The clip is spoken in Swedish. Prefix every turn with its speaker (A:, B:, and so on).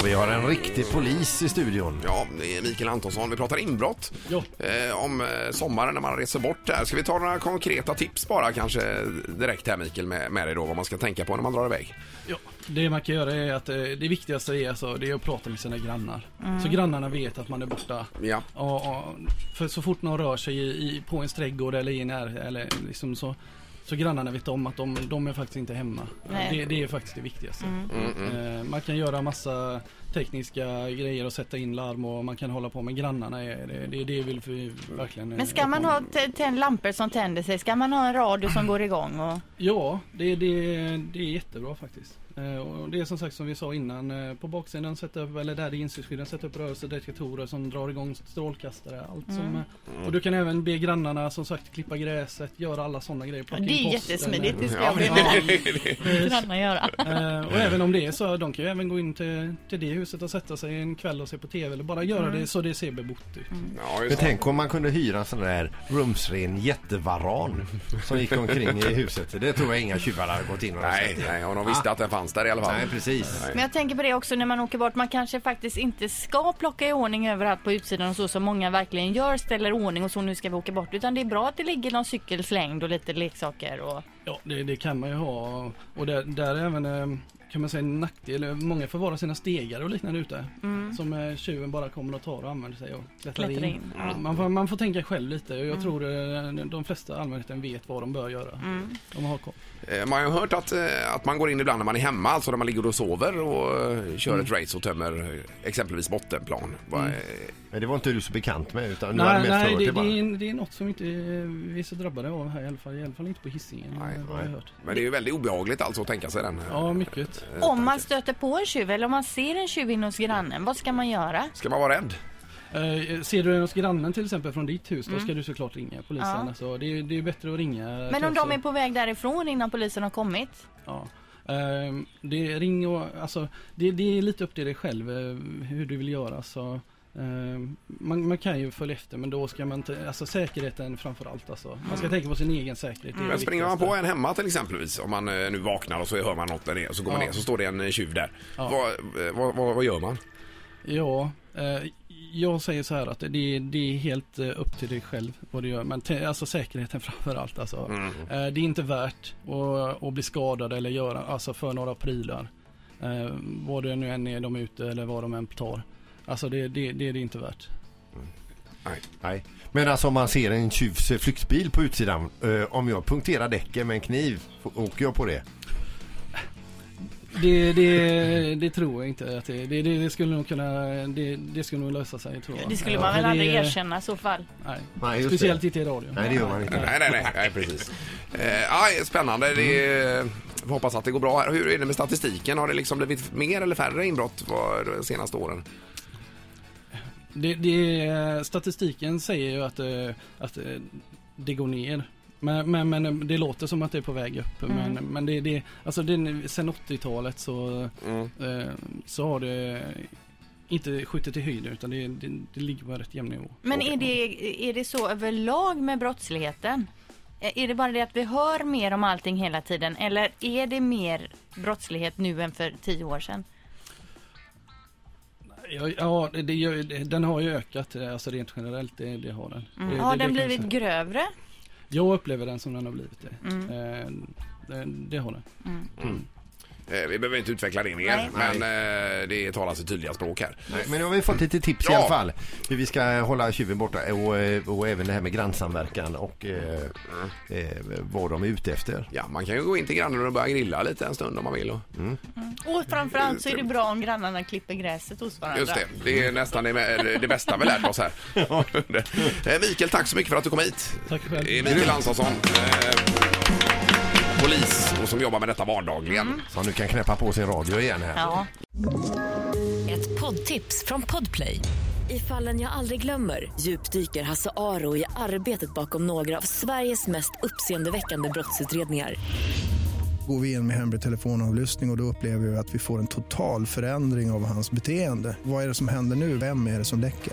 A: Och vi har en riktig polis i studion.
B: Ja, det är Mikael Antonsson. Vi pratar inbrott.
C: Ja.
B: Eh, om eh, sommaren när man reser bort där. Ska vi ta några konkreta tips bara kanske direkt här Mikael med, med dig då vad man ska tänka på när man drar iväg?
C: Ja, det man kan göra är att eh, det viktigaste är, alltså, det är att prata med sina grannar.
D: Mm.
C: Så grannarna vet att man är borta.
B: Ja.
C: Ja, ja, för så fort någon rör sig i, i, på ens trädgård eller i när, eller liksom så, så grannarna vet om att de, de är faktiskt inte hemma.
D: Nej. Mm.
C: Det, det är faktiskt det viktigaste. Eh, man kan göra massa tekniska grejer och sätta in larm och man kan hålla på med grannarna. Är, det, det är det vi vill vi verkligen eh,
D: Men ska man ha t- tänd lampor som tänder sig? Ska man ha en radio som går igång? Och...
C: Ja, det, det, det är jättebra faktiskt. Eh, och det är som sagt som vi sa innan, eh, på baksidan sätta upp, eller där i insynsskydden, sätta upp rörelsedetektorer som drar igång strålkastare. Allt
D: Mm.
C: som, eh, och du kan även be grannarna som sagt klippa gräset, göra alla sådana grejer. plocka in
D: Det är
C: posten,
D: jättesmidigt. Det ska
B: Ja,
D: jag
B: det-
D: vilja grannar göra.
C: eh, eh, och även om det är så, de kan ju även gå in till, till det huset och sätta sig en kväll och se på TV eller bara
D: Mm.
C: göra det så det ser bebott ut.
B: Ja,
A: Men
B: just det.
A: tänk om man kunde hyra en sån där rumsren jättevaran som gick omkring i huset. Det tror jag inga tjuvar hade gått in och
B: Nej,
A: sett.
B: nej, och de visste att den fanns där i alla fall.
A: Nej, precis.
D: Men jag tänker på det också när man åker bort. Man kanske faktiskt inte ska plocka i ordning överallt på utsidan och så som många verkligen gör. Ställer i ordning och så nu ska vi åka bort. Utan det är bra att det ligger någon cykel slängd och lite leksaker. Och...
C: Ja, det, det kan man ju ha. Och där, där är även eh, kan man säga en nackdel. Många förvarar sina stegar och liknande ute. Som eh, tjuven bara kommer och tar och använder sig och klättrar in.
D: Mm. Klättrar in, ja. Mm.
C: Man, får, man får tänka själv lite. Jag tror eh, de flesta allmänheten vet vad de bör göra.
D: Mm.
C: De har koll.
B: Eh, Man har ju hört att, eh, att man går in ibland när man är hemma, alltså när man ligger och sover och eh, kör ett race och tömmer eh, exempelvis bottenplan. Va, eh,
A: Men det var inte du så bekant med utan du hade
C: Nej,
A: mest
C: nej
A: hört
C: det,
A: det
C: det,
A: bara.
C: är, det är något som inte eh, vi är så drabbade av här i alla fall. I alla fall inte på Hisingen.
B: Nej,
C: eh, vad jag
A: nej.
C: hört.
B: Men det är ju väldigt obehagligt alltså att tänka sig den. eh,
C: Ja, mycket.
D: Om man stöter på en tjuv eller om man ser en tjuv inne hos grannen, vad ska man göra?
B: Ska man vara rädd?
C: Eh, ser du en hos grannen till exempel från ditt hus, då ska du såklart ringa polisen.
D: Mm. Ja.
C: Alltså, det, är- det är bättre att ringa.
D: Men om
C: kanske.
D: de är på väg därifrån innan polisen har kommit?
C: Ja. Ehm, det, ring och, alltså, det, det är lite upp till dig själv eh, hur du vill göra. Så, ehm, man, man kan ju följa efter men då ska man inte, alltså säkerheten framför allt alltså. Man ska tänka på sin egen säkerhet. det är
B: Men
C: det
B: Mm. springer man
C: Mm. viktigaste.
B: på en hemma till exempelvis, om man eh, nu vaknar och så hör man något där nere, så går man
C: Ja.
B: ner så står det en eh, tjuv där.
C: Ja.
B: Vad, eh, vad, vad, vad gör man?
C: Ja, eh, jag säger så här att det, det är helt eh, upp till dig själv vad du gör. Men te- alltså säkerheten framför allt alltså.
B: Mm.
C: Eh, det är inte värt att, att bli skadad eller göra, alltså för några prylar. Eh, vad det nu än är de är ute eller vad de än tar. Alltså det, det, det är det inte värt.
B: Nej.
A: Nej. Men alltså om man ser en tjuvs eh, flyktbil på utsidan. eh, Om jag punkterar däcken med en kniv, f- åker jag på det?
C: Det, det, det tror jag inte att det, det, det det skulle nog kunna, det, det skulle nog lösa sig tror jag.
D: Det skulle
C: Ja,
D: man väl
C: för det-
D: aldrig erkänna i så fall.
C: Nej.
A: Nej, just
C: Speciellt
A: det.
C: inte i radio.
A: Nej, det gör man inte.
B: Nej, nej, nej, nej precis. Eh, aj, spännande. Det är, vi hoppas att det går bra här. Hur är det med statistiken? Har det liksom blivit mer eller färre inbrott var- de senaste åren?
C: Det, det, statistiken säger ju att, eh, att eh, det går ner. Men, men, men eh, det låter som att det är på väg upp. Men, men det, det, alltså det, sen 80-talet så, eh, så har det inte skjutit i höjden utan det, det, det ligger på en rätt jämn nivå.
D: Men är det, är det så överlag med brottsligheten? Eh, Är det bara det att vi hör mer om allting hela tiden eller är det mer brottslighet nu än för tio år sedan?
C: Ja, ja det, det, gör ju- den har ju ökat eh, alltså rent generellt. Det, det har den. Det-
D: Har
C: det- det
D: den
C: kan jag
D: blivit
C: säga.
D: grövre?
C: Jag upplever den som den har blivit det. Eh, det, det har den.
B: Eh, vi behöver inte utveckla det mer,
D: Nej.
B: men eh, det talas i tydliga språk här.
A: Nej, Men nu har vi fått lite tips i
B: Ja.
A: alla fall. Hur vi ska hålla tjuven borta och, eh, och även det här med grannsamverkan och eh, eh, vad de är ute efter.
B: Ja, man kan ju gå in till grannen och börja grilla lite en stund om man vill. Och...
D: Och framförallt så är det bra om grannarna klipper gräset hos varandra.
B: Just det, det är nästan det, det bästa vi lärt oss här. Eh, Mikael, tack så mycket för att du kom hit.
C: Tack själv.
B: Det är Mikael Antonsson, eh, polis och som jobbar med detta vardagligen.
A: Så han nu kan knäppa på sin radio igen här.
D: Ja.
E: Ett poddtips från Podplay. I fallen jag aldrig glömmer djupdyker Hasse Aro i arbetet bakom några av Sveriges mest uppseendeväckande brottsutredningar.
F: Går vi in med hemlig telefonavlyssning och, och då upplever vi att vi får en total förändring av hans beteende. Vad är det som händer nu? Vem är det som läcker?